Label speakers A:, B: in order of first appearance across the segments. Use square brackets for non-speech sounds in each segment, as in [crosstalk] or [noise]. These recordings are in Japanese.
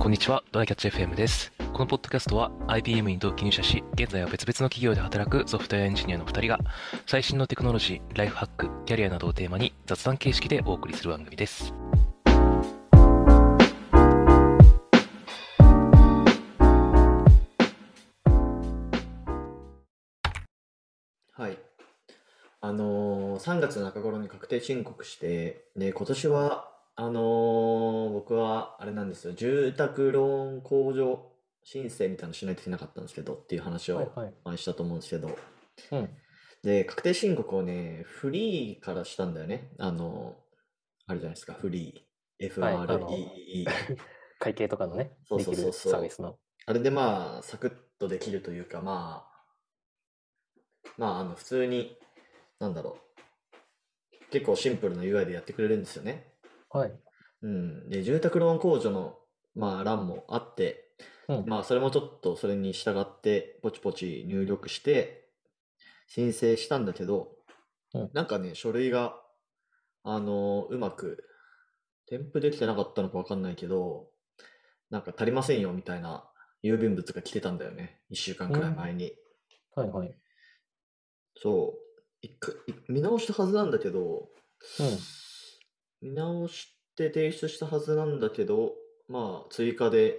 A: こんにちは、ドライキャッチ FM です。このポッドキャストは IBM に同期入社し、現在は別々の企業で働くソフトウェアエンジニアの2人が、最新のテクノロジー、ライフハック、キャリアなどをテーマに雑談形式でお送りする番組です。
B: はい。あのー、3月中頃に確定申告して、で、今年は、あのー僕は、あれなんですよ、住宅ローン控除申請みたいなのしないといけなかったんですけど、っていう話を
A: はい。
B: 前にしたと思うんですけど、
A: うん。
B: で、確定申告をね、フリーからしたんだよね。あのーあれじゃないですか、フリー、
C: はいあの
B: FREE。
C: 会計とかのね、
B: そう
C: で
B: そう
C: き
B: そう
C: る
B: そう
C: サービスの。
B: あれでまあ、サクッとできるというか、まあ、まあ、あの、普通に、なんだろう。結構シンプルな UI でやってくれるんですよね。
C: はい。
B: うん。で、住宅ローン控除の、まあ、欄もあって、
C: うん
B: まあ、それもちょっとそれに従って、ポチポチ入力して、申請したんだけど、
C: うん
B: なんかね、書類が、あの、うまく、添付できてなかったのかわかんないけど、なんか足りませんよみたいな郵便物が来てたんだよね。1週間くらい前に。
C: はいはい。
B: そう。一回い見直したはずなんだけど、見直して提出したはずなんだけど、まあ、追加で、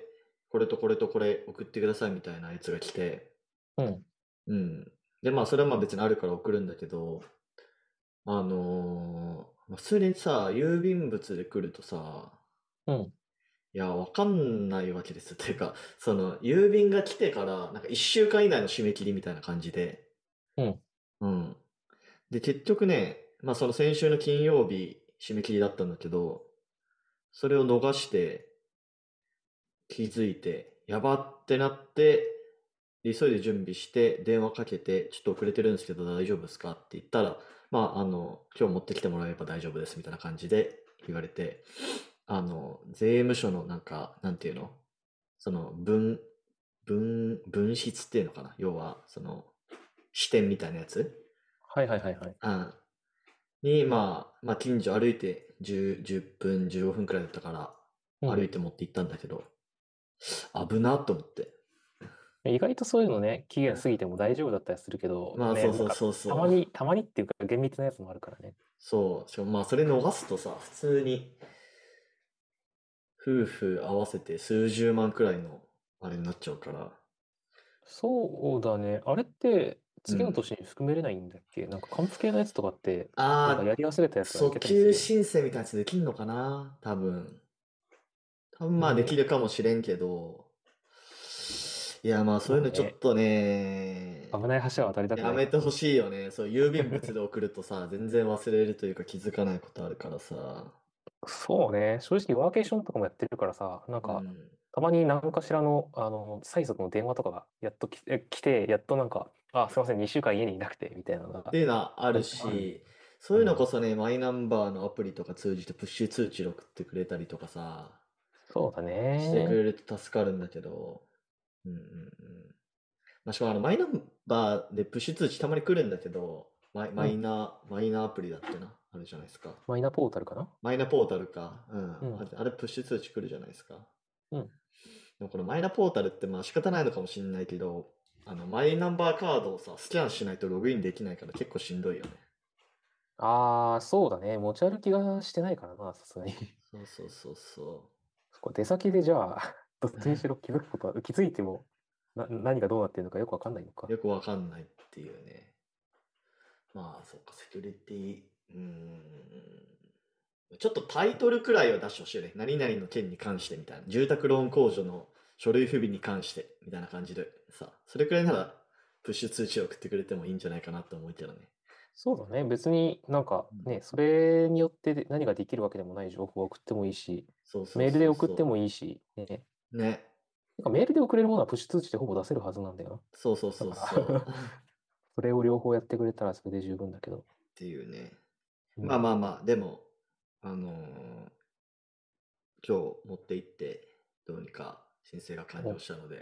B: これとこれとこれ送ってくださいみたいなやつが来て、
C: うん。うん。
B: うん。で、まあ、それはまあ別にあるから送るんだけど、あのーまあ普通にさ、郵便物で来るとさ、
C: うん。
B: いや、わかんないわけですよ。 [laughs] ていうか、その、郵便が来てから、なんか1週間以内の締め切りみたいな感じで。
C: うん。
B: うん。で、結局ね、まあその先週の金曜日、締め切りだったんだけど、それを逃して、気づいて、やばってなって、で急いで準備して、電話かけて、ちょっと遅れてるんですけど大丈夫ですかって言ったら、まあ、あの、今日持ってきてもらえば大丈夫ですみたいな感じで言われて、あの、税務署のなんか、なんていうのその、分、分、分室っていうのかな要は、その、支店みたいなやつ
C: はいはいはいはい。
B: うん。に、まあ、まあ、近所歩いて 10, 10分、15分くらいだったから、
C: うん
B: 歩いて持って行ったんだけど、危なと思って。
C: 意外とそういうのね、期限過ぎても大丈夫だったりするけど、
B: まあ、
C: ね
B: そうそ
C: なん
B: う
C: か
B: そうそう。
C: たまに、たまにっていうか、厳密なやつもあるからね。
B: そう。しかもまあ、それ逃すとさ、普通に、夫婦合わせて数十万くらいの、あれになっちゃうから。
C: そうだね。あれって、次
B: う
C: の
B: ん
C: 年に含めれないんだっけ、なんか、還付系のやつとかって、なん
B: あ
C: か
B: あ、
C: やり忘れたやつがい
B: 訴
C: けたり
B: 求
C: する。
B: 申請みたいなやつできんのかな多分。多分まあ
C: うん
B: できるかもしれんけど。いやまあそういうのちょっとね、
C: 危ない橋は渡りたくない。
B: やめてほしいよね。そう、郵便物で送るとさ、 [laughs] 全然忘れるというか気づかないことあるからさ。
C: そうね。正直、ワーケーションとかもやってるからさ、なんか、
B: うん
C: たまに何かしらの、あの催促の電話とかがやっときえ来て、やっとなんか、あ、すいません、2週間家にいなくてみたいなのが
B: って。いうのはある
C: うん
B: し、そういうのこそね、マイナンバーのアプリとか通じてプッシュ通知で送ってくれたりとかさ、
C: そうだ
B: してく
C: ね。
B: れると助かるんだけど、うんうんうん。まあ、しかもあの、マイナンバーでプッシュ通知たまに来るんだけど、マイマイナー、マイナーアプリだってな、あるじゃないですか。
C: マイナポータルかな
B: マイナポータルか。うん。
C: うん
B: あれあれプッシュ通知来るじゃないですか。
C: うん
B: でもこのマイナポータルってまあ仕方ないのかもしれないけど、あの、マイナンバーカードをさ、スキャンしないとログインできないから結構しんどいよね。
C: ああ、そうだね。持ち歩きがしてないからな、さすがに。
B: そうそうそうそ
C: そこ出先でじゃあ、 [laughs] どっちにしろ気づくことは、気づいてもな何がどうなってるのかよくわかんないのか
B: う。。よくわかんないっていうね。まあ、そっか、セキュリティ。うーん。ちょっとタイトルくらいは出してほしいよね。何々の件に関してみたいな。住宅ローン控除の書類不備に関してみたいな感じでさ、それくらいならプッシュ通知を送ってくれてもいいんじゃないかなと思うけどね。
C: そうだね。別になんか
B: うん
C: ね、それによって何ができるわけでもない情報を送ってもいいし、
B: そうそうそうそう
C: メールで送ってもいいし、ね。
B: ね。
C: なんかメールで送れるものはプッシュ通知でほぼ出せるはずなんだよな。
B: そうそうそうそ
C: だ
B: う。っ
C: かそれを両方やってくれたらそれで十分だけど。
B: ていうね。
C: うん
B: まあまあまあ、でも、あのー今日持って行って、どうにか申請が完了したので、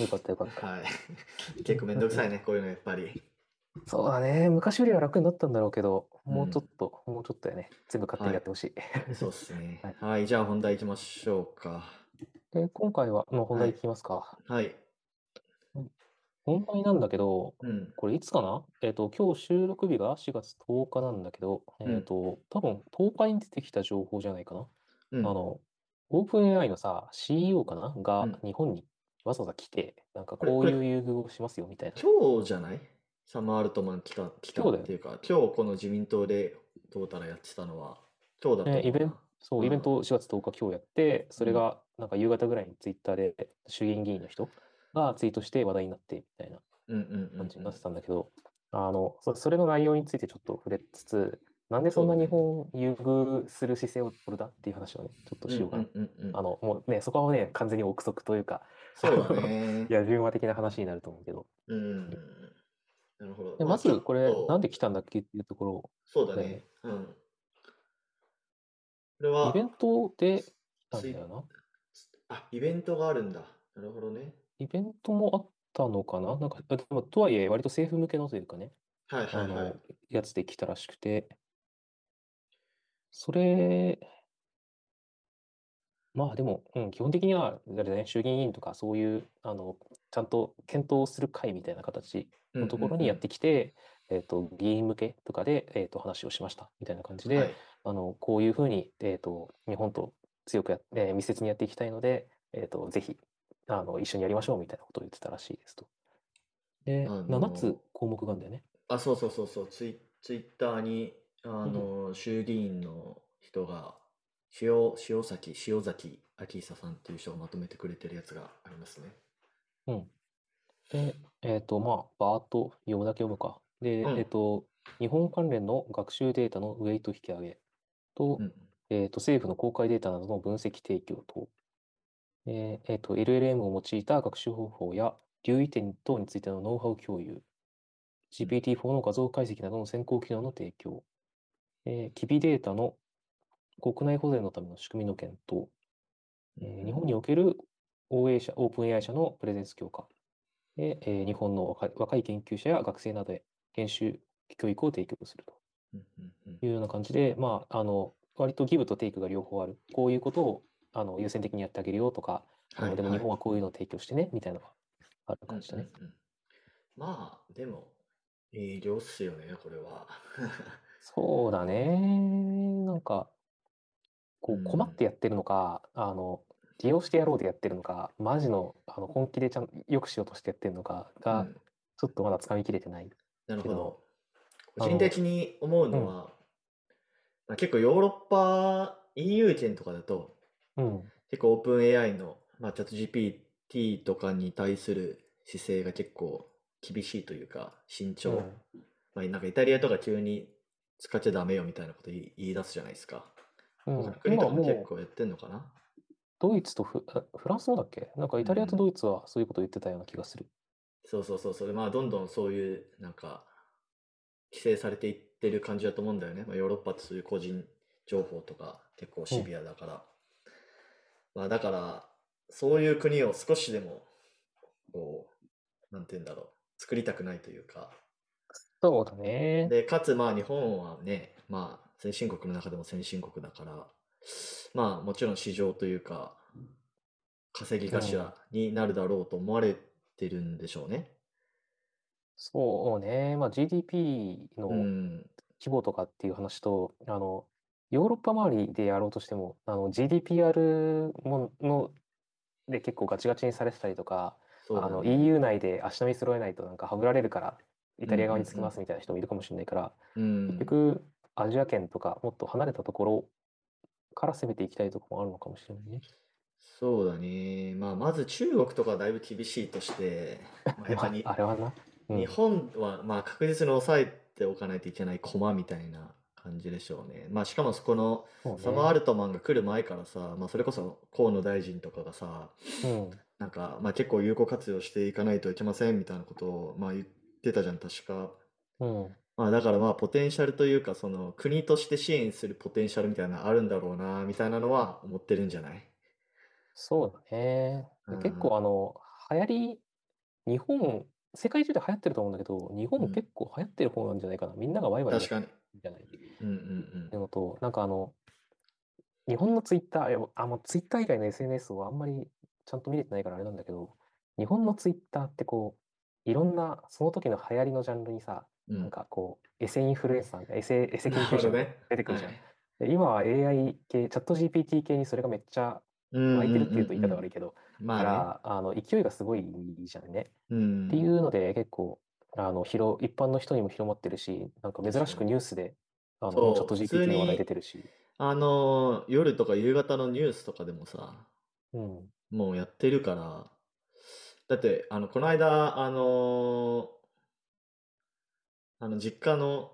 C: よかったよかった。
B: はい。 [laughs] 結構めんどく
C: [laughs]
B: さいね、こういうのやっぱり。
C: そうだね。昔よりは楽になったんだろうけど、もうちょ
B: う
C: っと、もうちょっとやね。全部勝手
B: はい
C: にやってほしい。
B: そうっすね
C: はい。
B: はい、じゃあ本題行きましょうか。
C: で、今回は、の本
B: はい
C: 題いきますか。
B: はい。
C: 本題なんだけど、
B: うん。
C: これいつかなえっと、今日収録日が4月10日なんだけど、
B: ん
C: えっと、多分10日に出てきた情報じゃないかな。
B: うん、
C: あの、オープン AI のさ、CEO かな
B: う
C: が
B: ん
C: 日本にわざわざ来て、なんか
B: これ
C: こう
B: これ
C: いう優遇をしますよみたいな。
B: 今日じゃないサマー・アルトマン来た、来た
C: 今日だよ
B: っていうか、今日この自民党でどうたらやってたのは、今日だと思う
C: ね
B: な
C: イベンそうう、
B: ん
C: イベントを4月10日今日やって、それがなんか夕方ぐらいにツイッターで衆議院議員の人がツイートして話題になってみたいな
B: うんうんうんう
C: 感
B: ん。
C: じになってたんだけど、あのそ、それの内容についてちょっと触れつつ、なんでそんな
B: そうだね
C: 日本を優遇する姿勢を取るだっていう話をね、ちょっとしようかな。
B: うんうんうんうん
C: あの、もうね、そこはね、完全に憶測というか、
B: そうだね。
C: [laughs] いや、順話的な話になると思うけど、
B: うん。なるほど。
C: でまずこれ、なん
B: で
C: で来たんだっけっていうところ、
B: そうだね。うん。これ
C: イ
B: は
C: ベ、ントで来た
B: ツイ
C: んだよな。
B: あ、イベントがあるんだ。なるほどね。
C: イベントもあったのかななんか、あでもとはいえ、割と政府向けのというかね、
B: はいは
C: あ
B: いはい
C: の。、やつで来たらしくて、それ、まあでも、うん、基本的には、あれだね、衆議院議員とか、そういう、あの、ちゃんと検討する会みたいな形のところにやってきて、えっと、議員向けとかで、えっと、話をしました、みたいな感じ
B: うんうんうんは
C: で
B: い、
C: あの、こういうふうに、えっと、日本と強くやっ、えー密接にやっていきたいので、えっと、ぜひ、あの、一緒にやりましょう、みたいなことを言ってたらしいですと。で、
B: あの
C: 7つ項目があるんだよね。
B: あ、そうそうそうそう、ツイツイッターに、あの、衆議院の人が、塩、塩崎、塩崎昭久さんっていう人がまとめてくれてるやつがありますね。
C: で、えっと、まあ、バーっと読むだけ読むか。で、
B: うん
C: えっと、日本関連の学習データのウェイト引き上げと
B: う、ん。
C: えっと、政府の公開データなどの分析提供と、えーえっと、LLM を用いた学習方法や留意点等についてのノウハウ共有、GPT-4 の画像解析などの先行機能の提供、えー、機微データの国内保全のための仕組みの検討、えー日本における OA 社、オープン AI 社のプレゼンス強化で、えー日本の若い若い研究者や学生などへ研修、教育を提供すると
B: うんうんうん
C: いうような感じで、まあ、あの、割とギブとテイクが両方ある。こういうことをあの優先的にやってあげるよとか、あの
B: はい
C: でも
B: は
C: 日
B: い
C: 本はこういうのを提供してね、みたいなのがある
B: うんう
C: 感じだね。
B: んうんまあ、でも、いい量っすよね、これは。
C: そうだね。なんか、こ
B: うん
C: う困ってやってるのか、あの、利用してやろうでやってるのか、マジのあの本気でちゃんと良くしようとしてやってるのかが、
B: うん
C: ちょっとまだ掴みきれてない。
B: なるほ
C: け
B: ど
C: ど。
B: 個人的に思うのは、まあ、結構ヨーロッパ EU 圏とかだと、
C: うん。
B: 結構オープン AI の、まあ、チャット GPT とかに対する姿勢が結構厳しいというか、慎重。
C: うん
B: まあ、なんかイタリアとか急に使っちゃダメよみたいなこと言い言い出すじゃないですか。
C: うん
B: 他の国とか
C: 今
B: も結
C: もう
B: 構やってんのかな
C: ドイツとフあフランスもだっけなんかイタリアとドイツはそういうこと言ってたような気がする。
B: そうそうそうそう。まあ、どんどんそういう、なんか、規制されていってる感じだと思うんだよね。まあ、ヨーロッパってそういう個人情報とか結構シビアだから。まあ、だから、そういう国を少しでも、こう、なんて言うんだろう、作りたくないというか。
C: そうだね。
B: で、かつ、まあ、日本はね、まあ、先進国の中でも先進国だから、まあ、もちろん市場というか、稼ぎ頭になるだろうと思われてるんでしょうね。
C: そうね。まあ GDP の
B: うん。
C: 規模とかっていう話と、あの、ヨーロッパ周りでやろうとしても、あの GDPR もので結構ガチガチにされてたりとか、
B: そう
C: あ
B: だ
C: の
B: ね
C: EU 内で足並み揃えないとなんかはぶられるから、イタリア側につき
B: うんうんうん
C: ますみたいな人もいるかもしれないから、
B: うん
C: 結局、アジア圏とかもっと離れたところから攻めていきたいところもあるのかもしれないね。
B: そうだね。まあ、まず中国とかはだいぶ厳しいと
C: [laughs]
B: して、まあやっぱり
C: ああれはな。うん
B: 日本はまあ確実に抑えておかないといけない駒みたいな感じでしょうね。まあ、しかもそこの
C: そうね
B: サマー・アルトマンが来る前からさ、まあ、それこそ河野大臣とかがさ、
C: うん、
B: なんかまあ結構有効活用していかないといけませんみたいなことをまあ言ってたじゃん、確か。
C: うん、
B: まあ、だからまあポテンシャルというか、その国として支援するポテンシャルみたいなのあるんだろうな、みたいなのは思ってるんじゃない
C: そうだね。で
B: うん
C: 結構あの、流行り、日本、世界中で流行ってると思うんだけど、日本
B: う
C: も
B: ん
C: 結構流行ってる方なんじゃないかな。みんながワイワイやっ
B: 確
C: て
B: かに。
C: るんじゃないってい
B: うんうん
C: うのと、なんかあの、日本のツイッター、いやあのツイッター以外の SNS をあんまりちゃんと見れてないからあれなんだけど、日本のツイッターってこう、いろんな、その時の流行りのジャンルにさ、
B: うん
C: なんかこう、エセインフルエンサーみたいな、エセ、エセ研
B: なるほ
C: 究者
B: ど
C: みたいな
B: ね。
C: 出てくるじゃん。
B: はい
C: で今は AI 系、チャット GPT 系にそれがめっちゃ
B: うん
C: 湧いてるっていうと言い方悪
B: い。
C: いけど、
B: ま
C: か
B: あ
C: ら、あの、勢いがすごいいいじゃんね。
B: ね。うん
C: っていうので、結構、あの、広、一般の人にも広まってるし、なんか珍しくニュースで、あの、
B: そう
C: チャット
B: 普通
C: GPT の話題
B: に
C: 出てるし、
B: あのー夜とか夕方のニュースとかでもさ、
C: [laughs] うん、
B: もうやってるから、だって、あの、この間、あのーあの、実家の、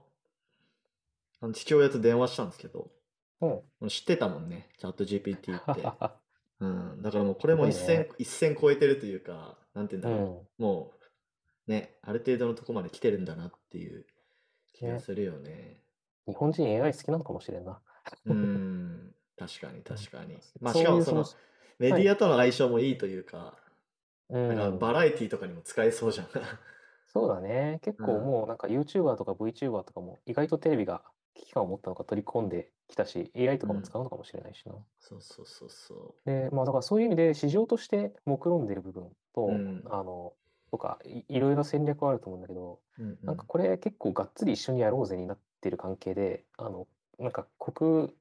B: あの父親と電話したんですけど、
C: うん、
B: もう知ってたもんね、チャット GPT って。
C: [laughs] う
B: うん、だからもうこれも一
C: すごいね
B: 線、一線超えてるというか、なんて言うんだろう、
C: ん、
B: もう、ね、ある程度のとこまで来てるんだなっていう気が
C: ね
B: するよ
C: [laughs]
B: ね。
C: 日本人 AI 好きなのかもしれんな。
B: うん、確かに確かに。まあ、
C: そうい
B: し
C: う
B: かもその、
C: そ
B: メデ
C: はい
B: ィアとの相性もいいというか、
C: の
B: なんか
C: うん、
B: バラエティとかにも使えそうじゃん。 [laughs]
C: そうだね。結構
B: うん
C: もうなんか YouTuber とか VTuber とかも意外とテレビが危機感を持ったのか取り込んできたし、AI とかも使うのかもしれないしな。
B: そうそうそうそ
C: で、まあだからそういう意味で市場として目論んでる部分と、
B: うん
C: あの、とかい、いろいろ戦略はあると思うんだけど、
B: う。うんう
C: なんかこれ結構がっつり一緒にやろうぜになってる関係で、あの、なんか国、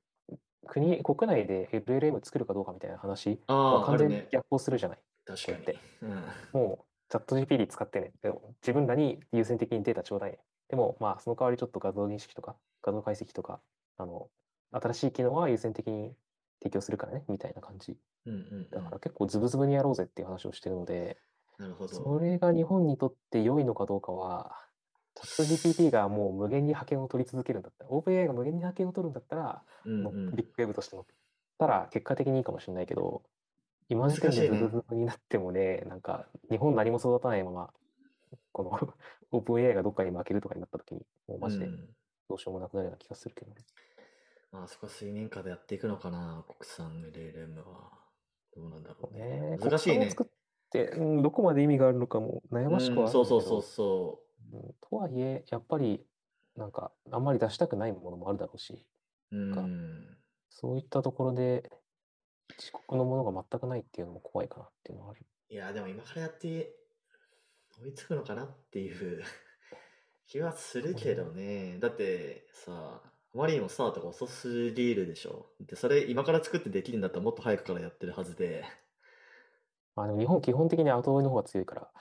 C: 国、国内で LLM 作るかどうかみたいな話
B: あ
C: は
B: あ、あ
C: 完
B: る
C: 全に
B: ね。
C: 逆行するじゃない。
B: 確か
C: こうや
B: に。うん
C: もうチャット GPT 使ってね。でも自分らに優先的にデータちょうだいね。でも、まあ、その代わりちょっと画像認識とか、画像解析とか、あの、新しい機能は優先的に提供するからね、みたいな感じ。
B: うんうんう
C: だ
B: ん
C: から結構ズブズブにやろうぜっていう話をしてるので、
B: なるほ
C: そ
B: ど。
C: れが日本にとって良いのかどうかは、チャット GPT がもう無限に覇権を取り続けるんだったら、OpenAI が無限に覇権を取るんだったら、
B: うん
C: もう
B: うん
C: ビッグウェブとして乗ったら結果的にいいかもしれないけど、今時点
B: 難し
C: で
B: いね
C: ズブズブになってもね、なんか日本何も育たないまま、この [laughs] オープン AI がどっかに負けるとかになった時に、もうマジで
B: うん
C: どうしようもなくなるような気がするけどね。
B: まあそこは水面下でやっていくのかな、国産の LLM は。どうなんだろうね。
C: ね
B: 難しい
C: 国産を
B: ね。
C: 作って、うんどこまで意味があるのかも悩ましく
B: う
C: は
B: ん
C: ある
B: そう
C: だ
B: んそう
C: け
B: そ
C: ど
B: うそ
C: うんとはいえ、やっぱり、なんか、あんまり出したくないものもあるだろうし、
B: う。う
C: か
B: ん。
C: そういったところで、自国のものが全くないっていうのも怖いかなっていうのはある。
B: いや、でも今からやって追いつくのかなっていう [laughs] 気はするけどね。だってさ、あまりにもスタートが遅すぎるでしょ。で、それ今から作ってできるんだったらもっと早くからやってるはずで。
C: まあ、でも日本基本的に後追いの方が強いから、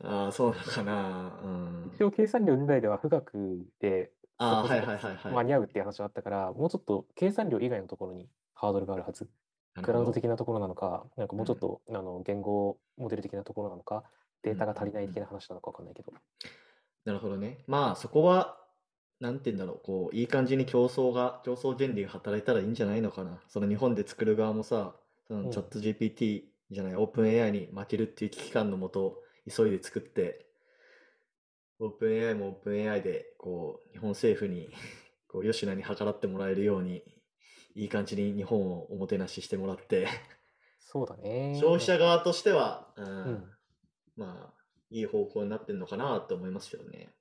B: ああ、そうなのかな。うん。
C: 一応計算量時代では富岳で
B: ああ、
C: そこ
B: はい
C: そこ
B: はいはいはい。
C: 間に合うっていう話があったから、もうちょっと計算量以外のところにハードルがあるはず。
B: なる
C: クラウド
B: ほど
C: 的なところなのか、なんかもうちょっと、あの言語モデル的なところなのか、データが足りない的な話なのかわかんないけど。
B: なるほどね。まあそこは、なんて言うんだろう、こう、いい感じに競争が、競争原理が働いたらいいんじゃないのかな。その日本で作る側もさ、そ
C: う
B: の
C: ん
B: チャット GPT じゃない、オープン AI に負けるっていう危機感のもと、急いで作って、オープン AI もオープン AI で、こう、日本政府に、 [laughs] こう、吉野に計らってもらえるように、いい感じに日本をおもてなししてもらって、
C: そうだね。
B: 消費者側としては、う
C: うんん、
B: まあ、いい方向になってんのかなと思いますけどね。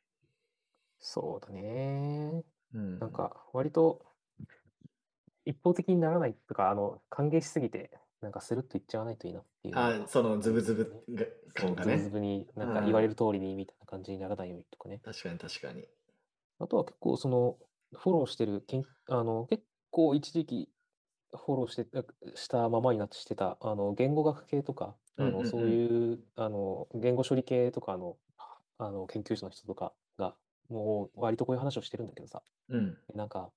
C: そうだね。
B: うん
C: なんか割と一方的にならないとか、あの歓迎しすぎて、なんかスルッと言っちゃわないといいなっていうの
B: あ
C: が。
B: そのズブズブが感が
C: ズブズ
B: ね。
C: ブになんか言われる通りにみたいな感じにならないようにとかね。
B: 確かに確かに。
C: あとは結構そのフォローしてるけん、あの結構一時期フォローしてたしたままになってしてたあの言語学系とかあ
B: うんうん
C: の
B: うん
C: そういうあの言語処理系とかのあの研究者の人とかがもう割とこういう話をしてるんだけどさ
B: うん。
C: なんか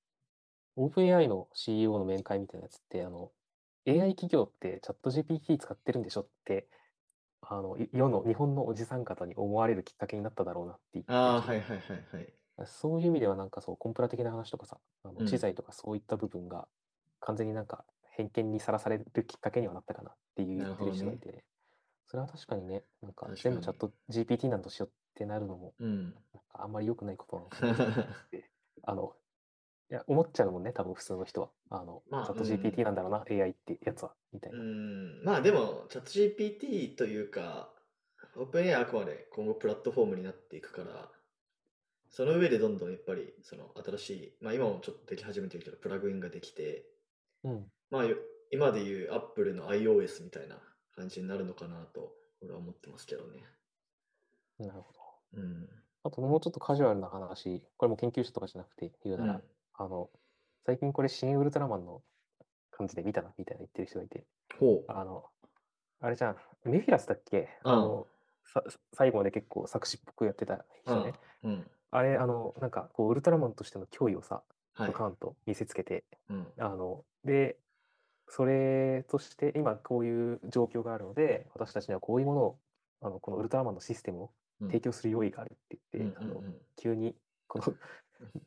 C: OpenAI の CEO の面会みたいなやつってあの AI 企業ってチャット GPT 使ってるんでしょってあのい世の日本のおじさん方に思われるきっかけになっただろうなって言って
B: ああ、
C: て
B: はいはいはいはい。
C: そういう意味ではなんかそうコンプラ的な話とかさ、あ
B: う
C: の
B: ん
C: 知財とかそういった部分が完全になんか偏見にさらされるきっかけにはなったかなっていう
B: な
C: 言って
B: るほど
C: る
B: ね
C: 人がいて、それは確かにね、なんか
B: 確か
C: 全
B: に
C: 部チャット GPT なんとしようってなるのも
B: うん。
C: なんかあんまり良くないことなの
B: [laughs]
C: かなって、あの、いや思っちゃうもんね、多分普通の人は。あの、
B: まあ
C: チャット GPT なんだろうな、AI ってやつは、みたいうな。
B: ん。まあでも、チャット GPT というか、オープン AI あくまで今後プラットフォームになっていくから、その上でどんどんやっぱり、その新しい、まあ今もちょっとでき始めてるけど、プラグインができて、
C: うん。
B: まあよ今でいう Apple の iOS みたいな感じになるのかなと、俺は思ってますけどね。
C: なるほど。
B: うん。
C: あともうちょっとカジュアルな話、これも研究者とかじゃなくて言うなら、
B: うん
C: あの、最近これ新ウルトラマンの感じで見たなみたいな言ってる人がいて、
B: ほう。
C: あの、あれじゃん、メフィラスだっけ
B: うん
C: あの、さ最後まで結構作詞っぽくやってた人ね。
B: うん。うん。
C: あれ、あの、なんかこう、ウルトラマンとしての脅威をさ、
B: はい
C: ド。カンと見せつけて、
B: うん。
C: あの、で、それとして、今こういう状況があるので、私たちにはこういうものを、あのこのウルトラマンのシステムを
B: うん
C: 提供する用意があるって
B: う
C: 言
B: ん
C: って、あの
B: うん
C: 急にこ
B: [laughs]
C: の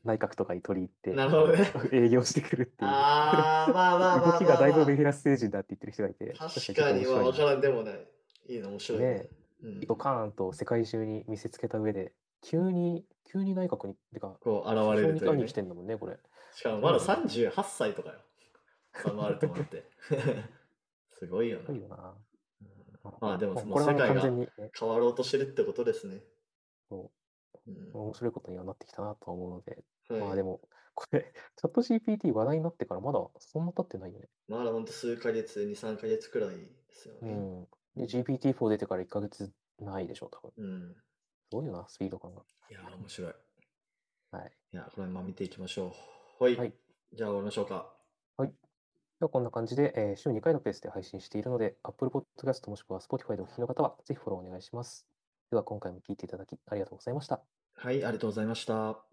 C: 内閣とかに取り入って
B: なるほどね
C: あの営業してくるっていう
B: ああ、まあまあまあまあ、まあ。
C: 動きがだいぶメフィラス星人だって言ってる人がいて
B: 確かに、まあ、わからんでもない。いいな、面白いね。
C: ね
B: うん、
C: ドカーンと世界中に見せつけた上で急に急に内閣にてか
B: こう、現れる
C: に
B: という、
C: 管
B: ね
C: 理し。てんだもんねこれ
B: しかも、まだ38歳とかよ。サムアルトマンって。 [laughs] すごいよ
C: すご
B: な。
C: いよな
B: まあでも
C: こ
B: そ
C: れはもう
B: の世界
C: 完
B: が
C: 全にね
B: 変わろうとしてるってことですね。
C: そう面白いことにはなってきたなとは思うので、
B: ん、
C: ま
B: は
C: あ
B: い
C: でもこれチャット GPT 話題になってからまだそんな経ってないよね
B: まだほんと数ヶ月、2、3ヶ月くらいですよ
C: う
B: ね。
C: んで GPT4 出てから1ヶ月ないでしょ多分
B: うん。
C: すごいよなスピード感が
B: いやー、面白い。
C: はい
B: いや、これまあ見ていきましょう。はい。
C: はい
B: じゃあ終わりましょうか。
C: ではこんな感じで、えー週2回のペースで配信しているので、Apple Podcast もしくは Spotify でお聞きの方は、ぜひフォローお願いします。では今回も聞いていただきありがとうございました。
B: はい、ありがとうございました。